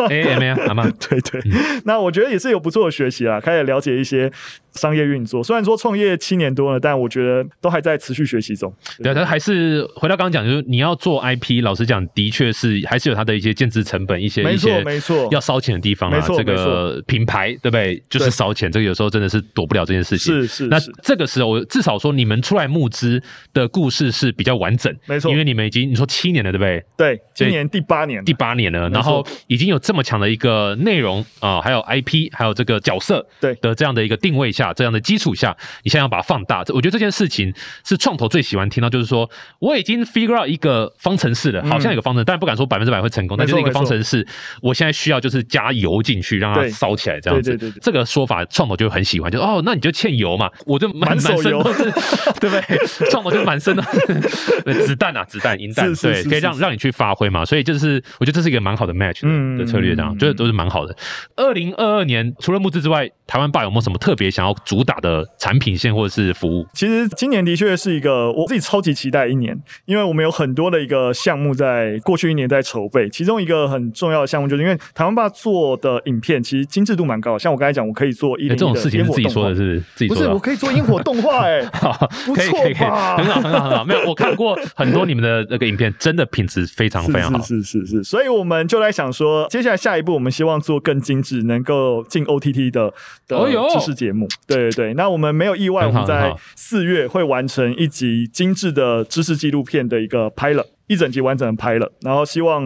A M A 阿妈，
对对，
嗯
那我觉得也是有不错的学习啦，开始了解一些商业运作。虽然说创业七年多了，但我觉得都还在持续学习中。
对，啊但还是回到刚刚讲，就是你要做 IP，老实讲，的确是还是有它的一些建制成本，一些
没
一
错
些
没错
要烧钱的地方啊
没。错
这
没
个
错
品牌对不对？就是
对
烧钱，这个有时候真的是躲不了这件事情。
是是
那
是
这个时候，我至少说你们出来募资的故事是比较完整，
没错
因为你们已经你说七年了，对不对？
对，今年第八年了，
第八年了，
没错
然后已经有这么强的一个内容啊、还有 IP，还有这个角色
对
的这样的一个定位下，这样的基础下，你现在要把它放大，这我觉得这件事情是创投最喜欢听到，就是说我已经 figure out 一个方程式了，好像有个方程，但不敢说百分之百会成功，
嗯没
但
错
就是一个方程式，我现在需要就是加油进去，让它
对
烧起来这样子。
对对对对
这个说法创投就很喜欢，就哦，那你就欠油嘛，我就满
满手
身
油
都是， 对不对？创投就满身都是 对子弹啊，子弹、银弹，
是是
对，
是
可以
是
让让你去发挥嘛。所以就是我觉得这是一个蛮好的 match 的
嗯
的策略，这样
嗯
觉得都是蛮好的。二零二二年除了募资之外，台湾霸有没有什么特别想要主打的产品线或者是服务？
其实今年的确是一个我自己超级期待一年，因为我们有很多的一个项目在过去一年在筹备，其中一个很重要的项目就是因为台湾爸做的影片其实精致度蛮高的，像我刚才讲，我可以做一
欸
零
这种事情
烟
是
火
自己
动
说
画
的，，是不是？自己
不
说
是
的
我
啊。
可以做烟火动画哎、
好，
不
可以可以可以，
错吧
很好很好很好。没有，我看过很多你们的那个影片，真的品质非常非常好。
是是是是是，所以我们就来想说，接下来下一步我们希望做更精致，能够进 OTT 的的
哦哟
知识节目。对对对，那我们没有意外，
很
我
好
们在
很好
四月会完成一集精致的知识纪录片的一个 pilot。一整集完整的 pilot，然后希望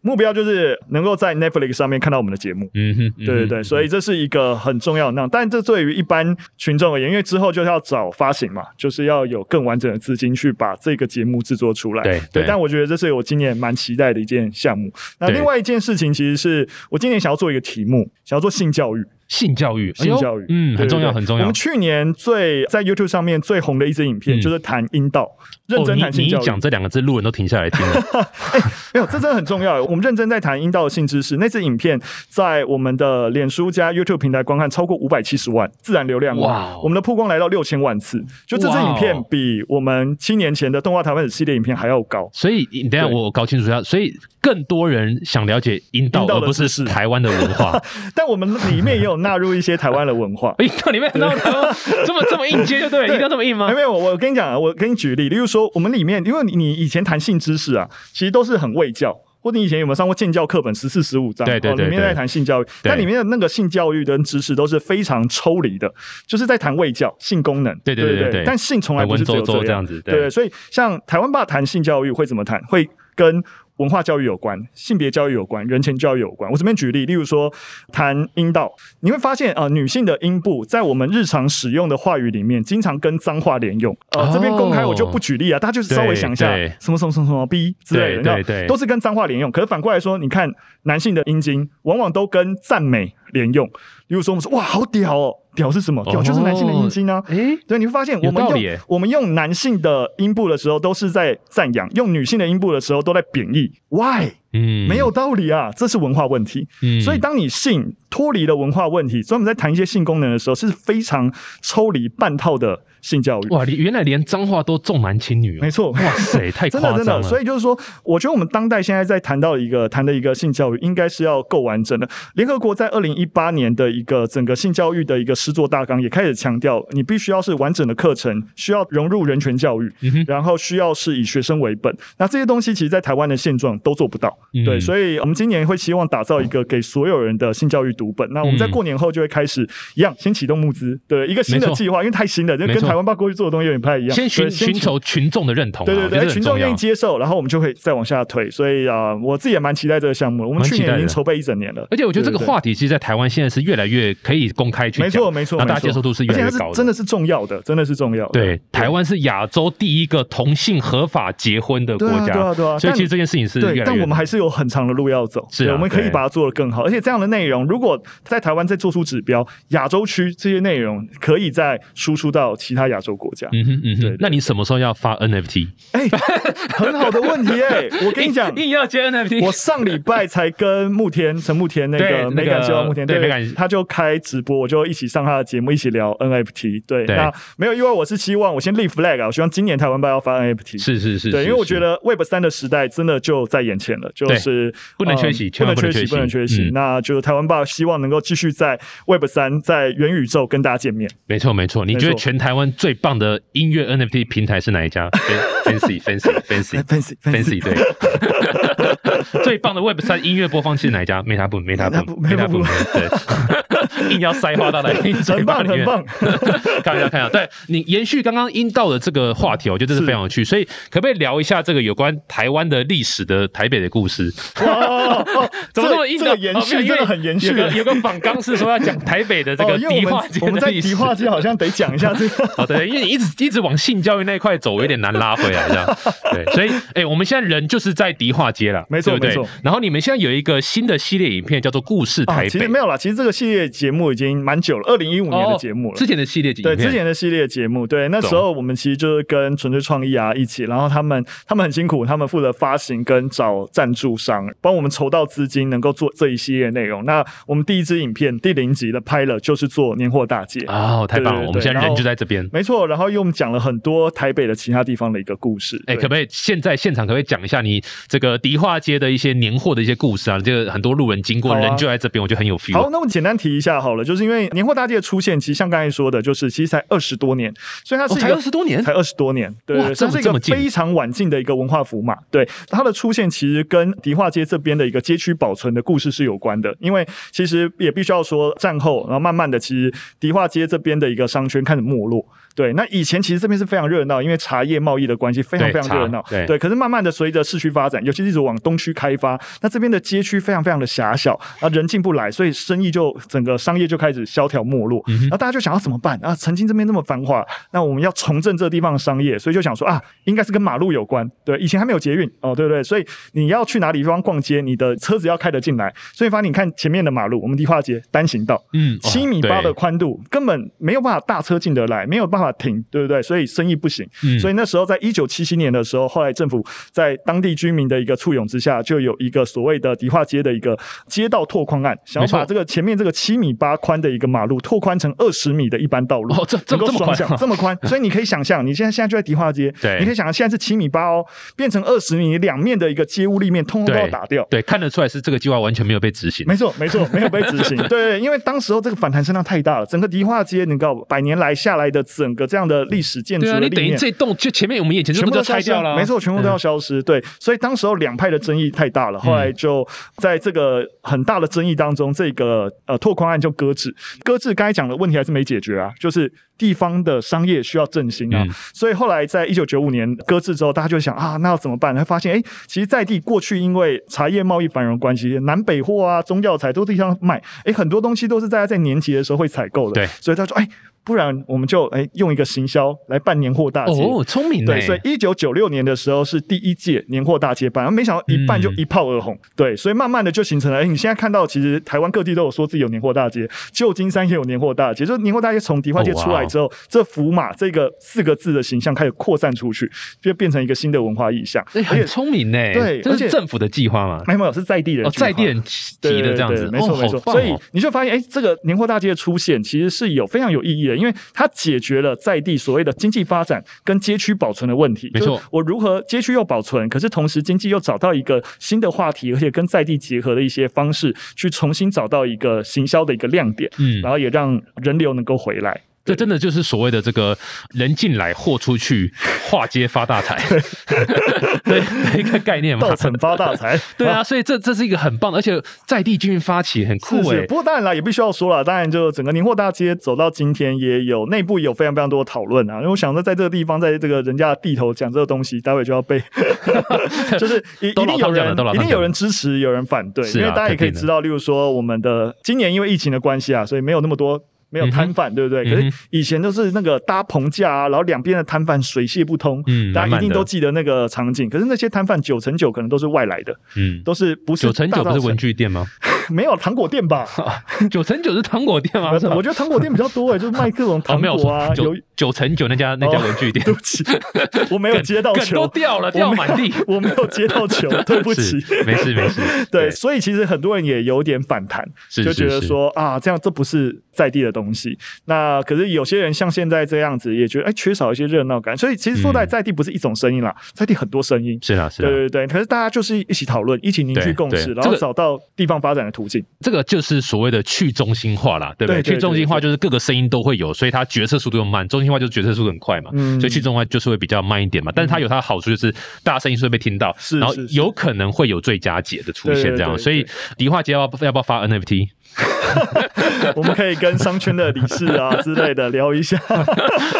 目标就是能够在 Netflix 上面看到我们的节目。
嗯哼，嗯哼
对对对，所以这是一个很重要的那样，但这对于一般群众而言，因为之后就是要找发行嘛，就是要有更完整的资金去把这个节目制作出来。
对对
对，但我觉得这是我今年蛮期待的一件项目。那
对
另外一件事情，其实是我今年想要做一个题目，想要做性教育。
性教育，哎呦
性教育，
哦嗯，很
对
重要，
对对
很重
我
要
们。去年最在 YouTube 上面最红的一支影片，
嗯
就是谈阴道，认真
哦
谈
你
性
你一
教育。
讲这两个字，路人都停下来听了。
没有，这真的很重要。我们认真在谈阴道的性知识。那支影片在我们的脸书加 YouTube 平台观看超过五百七十万自然流量哦，
哇哦
我们的曝光来到六千万次。就这支影
哇哦
片比我们七年前的动画台湾史系列影片还要高。
所以你等一下
对
我搞清楚一下，所以更多人想了解阴道，
阴道
而
的
不
知
是
识
台湾的文 化。。
但我们里面也有纳入一些台湾的文化
哎阴道里面那这么这么硬接就对了，
对
一定要这么硬吗
没有，？没有我我跟你讲啊，我给你举例，例如说，我们里面，因为你你以前谈性知识啊，其实都是很卫教，或者你以前有没有上过建教课本十四、十五章，
对对
哦
对
里面
对
在谈性教育，但里面的那个性教育跟知识都是非常抽离的，就是在谈卫教、性功能，
对对
对
对对对
但性从来不是只有
文绉绉哎这
这
样
样
子对
对所以像台湾爸谈性教育会怎么谈，会跟。文化教育有关，性别教育有关，人权教育有关。我这边举例，例如说谈阴道，你会发现啊、呃女性的阴部在我们日常使用的话语里面，经常跟脏话连用。
哦
呃，这边公开我就不举例啊，大家就是稍微想一下
对对
什么什么什么什么逼之类的，
对
你知道
对对
都是跟脏话连用。可是反过来说，你看男性的阴茎往往都跟赞美连用，比如说我们说哇好屌哦，屌是什么？屌就是男性的阴茎啊。
哎，
对，你会发现我们
有道理
用
耶
我们用男性的阴部的时候都是在赞扬，用女性的阴部的时候都在贬义。Why？
嗯
没有，道理啊，这是文化问题。
嗯
所以，当你性脱离了文化问题，专门在谈一些性功能的时候，是非常抽离半套的性教育。
哇，你原来连脏话都重男轻女哦
没，错，
哇塞，太
真
夸
的
张
真
了。
的，所以就是说，我觉得我们当代现在在谈到一个谈的一个性教育，应该是要够完整的。联合国在二零一八年的一个整个性教育的一个施作大纲也开始强调，你必须要是完整的课程，需要融入人权教育，
嗯哼
然后需要是以学生为本。那这些东西其实，在台湾的现状都做不到。
嗯
对，所以我们今年会希望打造一个给所有人的性教育读本。那我们在
嗯
过年后就会开始一样，先启动募资，对一个新
没
的
错
计划，因为太新了，就跟
没错
台湾报过去做的东西有点不太一样。
先寻
对
寻求群众的认同啊，
对对
我觉
对，
得很
群
重
众愿
要
意接受，然后我们就会再往下推。所以啊、我自己也蛮期待这个项目的。我们
蛮
去
期待
年已经
的哎
筹备一整年了。
而且我觉得这个
对对对
话题其实，在台湾现在是越来越可以公开去
没
讲
错，没错，
然后大家
没错
接受度是越来
而
越
且它
高
是
的。
真的是重要的，真的是重要的。
对，台湾是亚洲第一个同性合法结婚的国
对啊
家，
对啊对啊
所以
但
其实这件事情是越来
对，
越
但我们还是有很长的路要走。
是啊
对我们可以
对
把它做得更好。而且这样的内容，如果在台湾再做出指标，亚洲区这些内容可以再输出到其他亚洲国家。
嗯哼嗯
对
哼
对，
那你什么时候要发 NFT？
哎、很好的问题哎、我跟 你讲。
硬要接 NFT，
我上礼拜才跟慕天陈慕天那
对
个美
那
感
个
希望慕天，
对美感
他就开直播，我就一起上他的节目，一起聊 NFT 对。
对
那没有，因为我是希望我先立 flag 啊，我希望今年台湾吧要发 NFT。
是是是，
对，
是
因为我
是
觉得 Web 三的时代真的就在眼前了，就是
不能缺席
嗯
千万
不能缺
不
不
能
能
缺
缺
席嗯。
席那就是台湾吧，希望能够继续在 Web 三在元宇宙跟大家见面。
没错没错。你
没
觉得
错
全台湾最棒的音乐 NFT 平台是哪一家？Fancy Fancy Fancy
Fancy
Fancy 对， 最棒的 Web 三音乐播放器是哪一家？Meta Boom Meta
Meta
Boom
Boom，Meta Boom
对， 硬要塞话到来，
很棒很棒。
看一下，看一下，对你延续刚刚阴道的这个话题，我觉得这是非常有趣，所以可不可以聊一下这个有关台湾的历史的台北的故事？
哇，
怎么这么硬
这
的？哦
个延续，真的很延续
有。个有个访纲是说要讲台北的这
哦，
个
因为
迪
我
化
们
街
我们
的
在
历史
迪。化街好像得讲一下这 个。
好的，因为你一直一直往性教育那一块走，我有点难拉回来这 样。对，所以哎、我们现在人就是在迪化街了，
没错
对不对
没错。
然后你们现在有一个新的系列影片叫做《故事
啊，
台
其
北
实》没有啦，其实这个系列节目已经蛮久了，二零一五年的节目
哦
了。
之前的系列影
对
片，
之前的系列节目，对那时候我们其实就是跟纯粹创意啊一起，然后他们他们很辛苦，他们负责发行跟找赞助商，帮我们筹到资金，能够做这一系列内容。那我们第一支影片第零集的拍了，就是做年货大街。
哦，太棒了，
对对对
我们现在
然后
人就在这边。
没错，然后又我们讲了很多台北的其他地方的一个故事。
哎、可
对
不可以现在现场可不可以讲一下你这个迪化街的一些年货的一些故事啊？这个很多路人经过，
好啊
人就在这边，我觉得很有 feel。
好，那我啊简单提一下好了，就是因为年货大街的出现，其实像刚才说的，就是其实才二十多年，所以它
哦，
是一
才
个
二十多年，
才二十多年，对
哇
对，
这么
算是一
这
个
么近
非常晚近的一个文化符码。对它的出现，其实跟迪化街这边的一个街区保存的故事是有关的。因为其实也必须要说，战后，然后慢慢的，其实迪化街这边的一个商圈开始没落。对，那以前其实这边是非常热闹，因为茶叶贸易的关系非常
对
非常热闹
茶对。
对，可是慢慢的随着市区发展，尤其是一直往东区开发，那这边的街区非常非常的狭小，啊，人进不来，所以生意就整个商业就开始萧条没落。
嗯
然后大家就想要怎么办啊？曾经这边那么繁华，那我们要重振这个地方的商业，所以就想说啊，应该是跟马路有关。对，以前还没有捷运哦，对不对？所以你要去哪里地方逛街，你的车子要开得进来，所以发现你看前面的马路，我们迪化街单行道，
嗯哇
七米
对
八的宽度，根本没有办法大车进得来，没有办法停，对不对？所以生意不行。
嗯
所以那时候在一九七七年的时候，后来政府在当地居民的一个簇拥之下，就有一个所谓的迪化街的一个街道拓宽案，想要
没
把
错
这个前面这个七米八宽的一个马路拓宽成二十米的一般道路。
哦这这
能够
这么
双
宽
向这 么宽，所以你可以想象，你现在现在就在迪化街，
对
你可以想象现在是七米八哦，变成二十米，两面的一个街屋立面通通都要
对
打掉。
对，看得出来是这个计划完全没有被执行。
没错，没错，没有被执 行。对，因为当时候这个反弹声浪太大了，整个迪化街，你知道，百年来下来的整个这样的历史建筑
对啊，
的
你
历
等于
面。
这栋就前面我们眼前全
全
部
部
都
都
拆
消失
掉了啊，
没错，全部都要消失。对，所以当时候两派的争议太大
嗯
了，后来就在这个很大的争议当中，这个呃拓宽案就搁置。搁置刚才讲的问题还是没解决啊，就是地方的商业需要振兴啊。
嗯
所以后来在一九九五年搁置之后，大家就想啊，那要怎么办？会发现哎，诶其实在地过去因为茶叶贸易繁荣关系，南北货啊、中药材都地上卖，哎，很多东西都是大家在年节的时候会采购的。
对
所以他说哎。不然我们就哎、用一个行销来办年货大街。
哦，聪明
对，
欸
所以一九九六年的时候是第一届年货大街办，没想到一办
嗯
就一炮而红。对，所以慢慢的就形成了。哎，你现在看到，其实台湾各地都有说自己有年货大街，旧金山也有年货大街。就是年货大街从迪
哦
化街出来之后，这福马这个四个字的形象开始扩散出去，就变成一个新的文化意象。
哎很聪明呢、
对
这
而且
是政府的计划嘛？
没有没有，是在地人
哦，
计划
在地人提的这样子，
对对对没错、
哦、
没错。
好棒
所以
哦
你就发现，哎，这个年货大街的出现其实是有非常有意义的，因为它解决了在地所谓的经济发展跟街区保存的问题。
没错
就是我如何街区又保存，可是同时经济又找到一个新的话题，而且跟在地结合的一些方式，去重新找到一个行销的一个亮点，
嗯
然，后也让人流能够回 来。
这真的就是所谓的这个人进来货出去，化街发大财，对的一个概念嘛
到。惩发大财，
对啊，所以这这是一个很棒的，而且在地均匀发起，很酷
是
哎、
是，不过当然啦，也必须要说了，当然就整个年货大街走到今天，也有内部也有非常非常多的讨论啊。因为我想说，在这个地方，在这个人家的地头讲这个东西，待会就要被， 就是一一
都老
定有
汤讲了
人
都老汤讲了
一定有人支持，有人反对，
是啊
因为大家也可以知道，例如说我们的今年因为疫情的关系啊，所以没有那么多。没有摊贩，对不对？
嗯
可
哼
是以前都是那个搭棚架啊，然后两边的摊贩水泄不通，
嗯
大家一
满满
定
的
都记得那个场景。可是那些摊贩九成九可能都是外来的，
嗯，
都是不是
九成
大
九
稻
不是
城
文具店吗？
没有糖果店吧？
九成九是啊糖果店吗？是吧
我觉得糖果店比较多哎， 就是卖各种
哦，
糖
没有
果啊，有
九九成九那家那家
哦
文具店
对，不起，我没有接到
梗
球
都，掉了，掉满地。
我没有接 到球，对 不起。
是，没事没事。
对，所以其实很多人也有点反弹，
是
就觉得
是是
说啊，这样这不是在地的东西。那可是有些人像现在这样子，也觉得哎，缺少一些热闹感。所以其实说在
嗯
在地不是一种声音啦，在地很多声音。
是啊啦是
对
啦，
对对，可是大家就是一起讨论，一起凝聚
对
共识，
对
然
这
后
个
找到地方发展的途 径。
这个就是所谓的去中心化啦，对不
对
对？
对
去中心化就是各个声音都会有，所以它决策速度又慢；中心化就是决策速度很快嘛，
嗯
所以去中心化就是会比较慢一点嘛。但是它有它的好处，就是大家声音是会被听到，
是
然后
是是
有可能会有最佳解的出现，这样。
对对对对
所以迪化街要不要不要发 NFT？
我们可以跟商圈的理事啊之类的聊一下。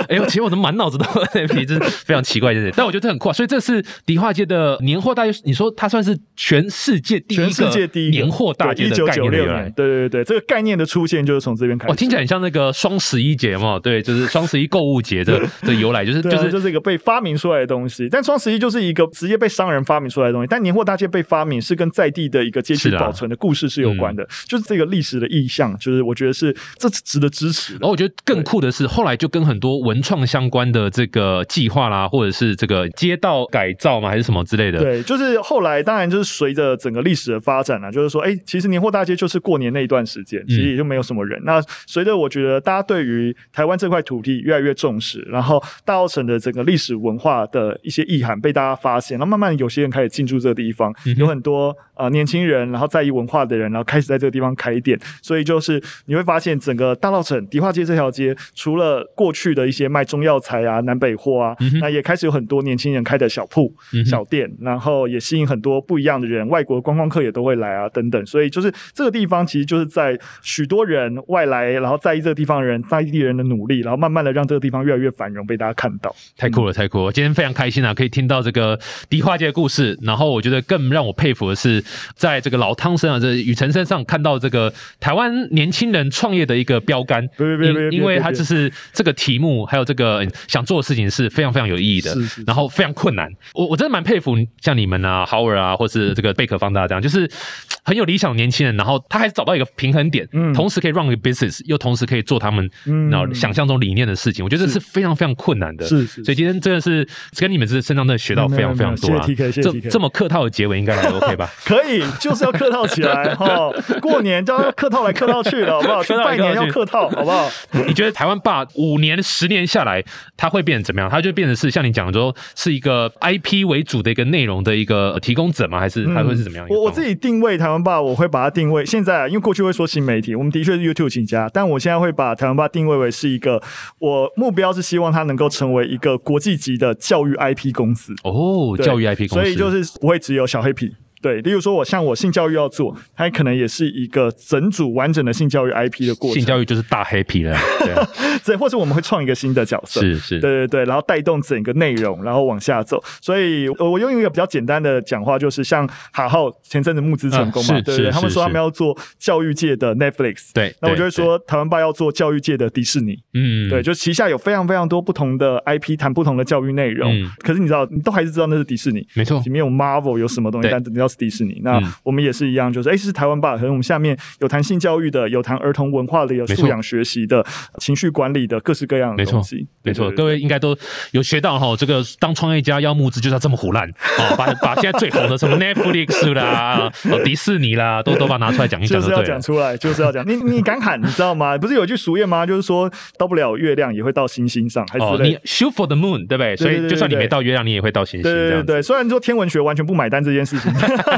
哎 呦，其实我的满脑子都 NFT，这是非常奇怪一件事，但我觉得这很酷啊。所以这是迪化街的年货大街，你说它算是全世界第一个
全世界第一
年货大街
一
的
九
概
九
念的
六
由来
年，。对对对，这个概念的出现就是从这边开始。
哦，听起来很像那个双十一节嘛，对，就是双十一购物节的的由来，就是
对
就
啊，
是
就是一个被发明出来的东西，但双十一就是一个直接被商人发明出来的东西。但年货大街被发明是跟在地的一个街区
是啊
保存的故事是有关的，就是这个历史的意象，就是我觉得是这是值得支持
然哦
的。
后我觉得更酷的是，后来就跟很多文创相关的这个计划啦，或者是这个街道改造嘛，还是什么之类的，
对，就是后来当然就是随着整个历史的发展啊，就是说，哎、其实年货大街就是过年那一段时间，
嗯
其实也就没有什么人。那随着我觉得大家对于台湾这块土地越来越重视，然后大澳省的整个历史文化的一些意涵被大家发现，然后慢慢有些人开始进驻这个地方，
嗯
有很多呃年轻人，然后在意文化的人，然后开始在这个地方开店，所以就是你会发现整个大稻城迪化街这条街，除了过去的一些卖中药材啊、南北货啊，
嗯
那也开始有很多年轻人开的小铺、
嗯哼
小店，然后也吸引很多不一样的人，外国观光客也都会来啊，等等。所以就是这个地方其实就是在许多人外来，然后在意这个地方的人、在地人的努力，然后慢慢的让这个地方越来越繁荣，被大家看到。
太酷了，
嗯
太酷了！今天非常开心啊，可以听到这个迪化街的故事。然后我觉得更让我佩服的是，在这个老汤身上，这雨辰身上看到这个台湾年轻人创业的一个标杆。
别别别别别
因因为
别
他
别
就是这个题目，还有这个嗯想做的事情是非常非常有意义的
是是是，
然后非常困难。我我真的蛮佩服像你们啊、豪尔啊，或是这个贝壳方大这样，就是嘖很有理想的年轻人，然后他还是找到一个平衡点，
嗯
同时可以 run a business，又同时可以做他们
嗯
然后想象中理念的事情。我觉得这是非常非常困难的。
是是
所以今天真的是跟你们这身上真的学到非常非常多啊！
没有没有没有谢谢 TK，谢谢 TK
这这么客套的结尾应该还 OK 吧？
可以，就是要客套起来哈。过年就要客套来客套去了，好不好？去
客套来
拜年
客套
要
去
客套，好不好？
你觉得台湾霸五年、十年下来，它会变成怎么样？它就变成是像你讲的说，是一个 IP 为主的一个内容的一个呃提供者吗？还是它会是怎么样一个状况？
嗯我我自己定位台湾霸，我会把它定位现在，啊，因为过去会说新媒体，我们的确是 YouTube 起家，但我现在会把台湾霸定位为是一个，我目标是希望它能够成为一个国际级的教育 IP 公司。
哦，
对
教育 IP 公司，
所以就是不会只有小黑皮，对，例如说我像我性教育要做，它可能也是一个整组完整的性教育 IP 的过
性
程，
教育就是大黑皮 了，对啊，
对，或者我们会创一个新的角色，
是是，
对对对，然后带动整个内容，然后往下走。所以，呃我用一个比较简单的讲话，就是像哈浩前阵子募资成功嘛，
嗯是
对
是
对对，他们
是
说他
是
们要做教育界的 Netflix。
对，
那我就
对，
会说，台湾爸要做教育界的迪士尼，
对嗯，
对，就旗下有非常非常多不同的 IP，谈不同的教育内容。
嗯
可是你知道，你都还是知道那是迪士尼，
没错
里，面有 Marvel 有什么东西，
对
但你知道是迪士尼。那
嗯
我们也是一样，就是哎、诶是台湾吧，可能我们下面有谈性教育的，有谈儿童文化的，有
没错
素养学习的，情绪管理的，各式各样
没
的
错
东西。
没错，
对对对
各位应该都有学到哈，这个当创业家要募资就是要这么胡烂哦，把 把现在最红的什么 Netflix 啦、哦迪士尼啦， 都都把它拿出来讲一讲就
就
是对
要
了
讲。出来，就是要讲。你你敢喊，你知道吗？不是有一句俗谚吗？就是说，到不了月亮也会到星星上，还是之
哦，
类
你
的。
shoot for the moon，对不对？
对
所
对
以就算你
对对
没到月亮，你也会到星星
对
这
对对
样子。
对，虽然说天文学完全不买单这件事 情，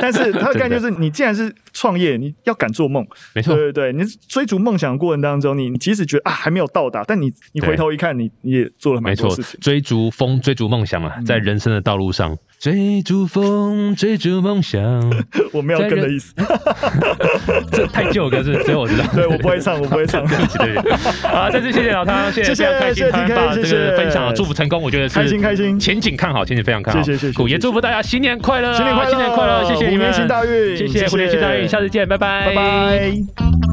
但是它的概念就是，你既然是创业，你要敢 做梦。
没
对
错，
对对，你追逐梦想的过程当中，你你即使觉得啊还没有到达，但你你
对
回头一看，你你也做了蛮
没
多
错
事情，。嗯
追逐风，追逐梦想啊，在人生的道路上，追逐风，追逐梦想，
我没有跟的意思，
这太旧的歌是，只有我知道。
对我不会唱，我不会唱。
对不起，对不起。好，再次谢谢老汤，谢
谢
非
谢
常开心
谢谢
他把
TK
这
谢
个
谢
分享，祝福成功，我觉得是
开心开心
前景看好，前景非常看好，
谢谢谢谢
也
谢谢
祝福大家新年快乐啊，
新年快乐
新年快乐，谢谢你
虎
们，
年行大运
谢谢
谢谢
虎年行大运，下次见，拜拜，
拜拜。